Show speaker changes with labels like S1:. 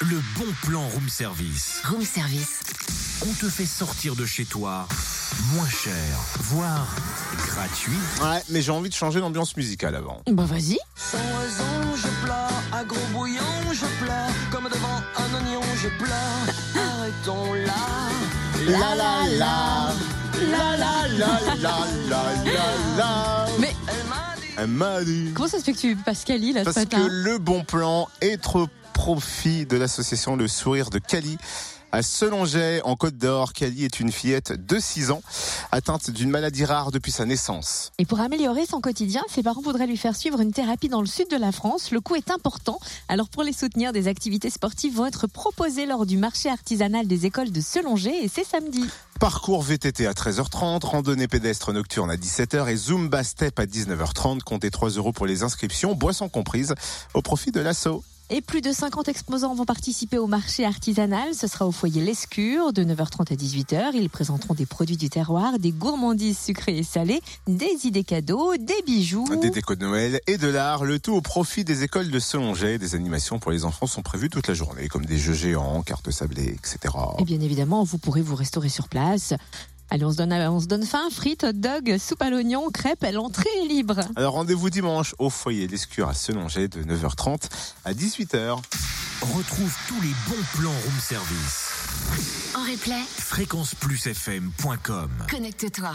S1: Le bon plan room service.
S2: Room service.
S1: On te fait sortir de chez toi moins cher, voire gratuit.
S3: Ouais, mais j'ai envie de changer l'ambiance musicale avant.
S2: Bah vas-y.
S4: Sans raison, je pleure, à gros bouillon, je pleure, comme devant un oignon, je pleure. Arrêtons là.
S3: La la la La la la la la la la
S2: Mais
S4: Elle m'a dit.
S3: Elle m'a dit
S2: comment ça se fait que tu passes Cali là ce
S3: Parce que
S2: matin
S3: le bon plan est trop profit de l'association Le Sourire de Cali. À Selonget, en Côte d'Or, Cali est une fillette de 6 ans, atteinte d'une maladie rare depuis sa naissance.
S2: Et pour améliorer son quotidien, ses parents voudraient lui faire suivre une thérapie dans le sud de la France. Le coût est important. Alors pour les soutenir, des activités sportives vont être proposées lors du marché artisanal des écoles de Selonger et c'est samedi.
S3: Parcours VTT à 13h30, randonnée pédestre nocturne à 17h et Zumba Step à 19h30. Comptez 3 euros pour les inscriptions, boissons comprises, au profit de l'assaut.
S2: Et plus de 50 exposants vont participer au marché artisanal. Ce sera au foyer Lescure de 9h30 à 18h. Ils présenteront des produits du terroir, des gourmandises sucrées et salées, des idées cadeaux, des bijoux.
S3: Ah, Des décos de Noël et de l'art, le tout au profit des écoles de Selonget. Des animations pour les enfants sont prévues toute la journée, comme des jeux géants, cartes sablées, etc.
S2: Et Eh bien évidemment, vous pourrez vous restaurer sur place. Allez, on se donne, on se donne faim. Frites, hot dog, soupe à l'oignon, crêpes, l'entrée est libre.
S3: Alors rendez-vous dimanche au foyer Lescure à Selonget de 9h30 à 18h.
S1: Retrouve tous les bons plans room service.
S2: En replay,
S1: fréquenceplusfm.com
S2: connecte-toi.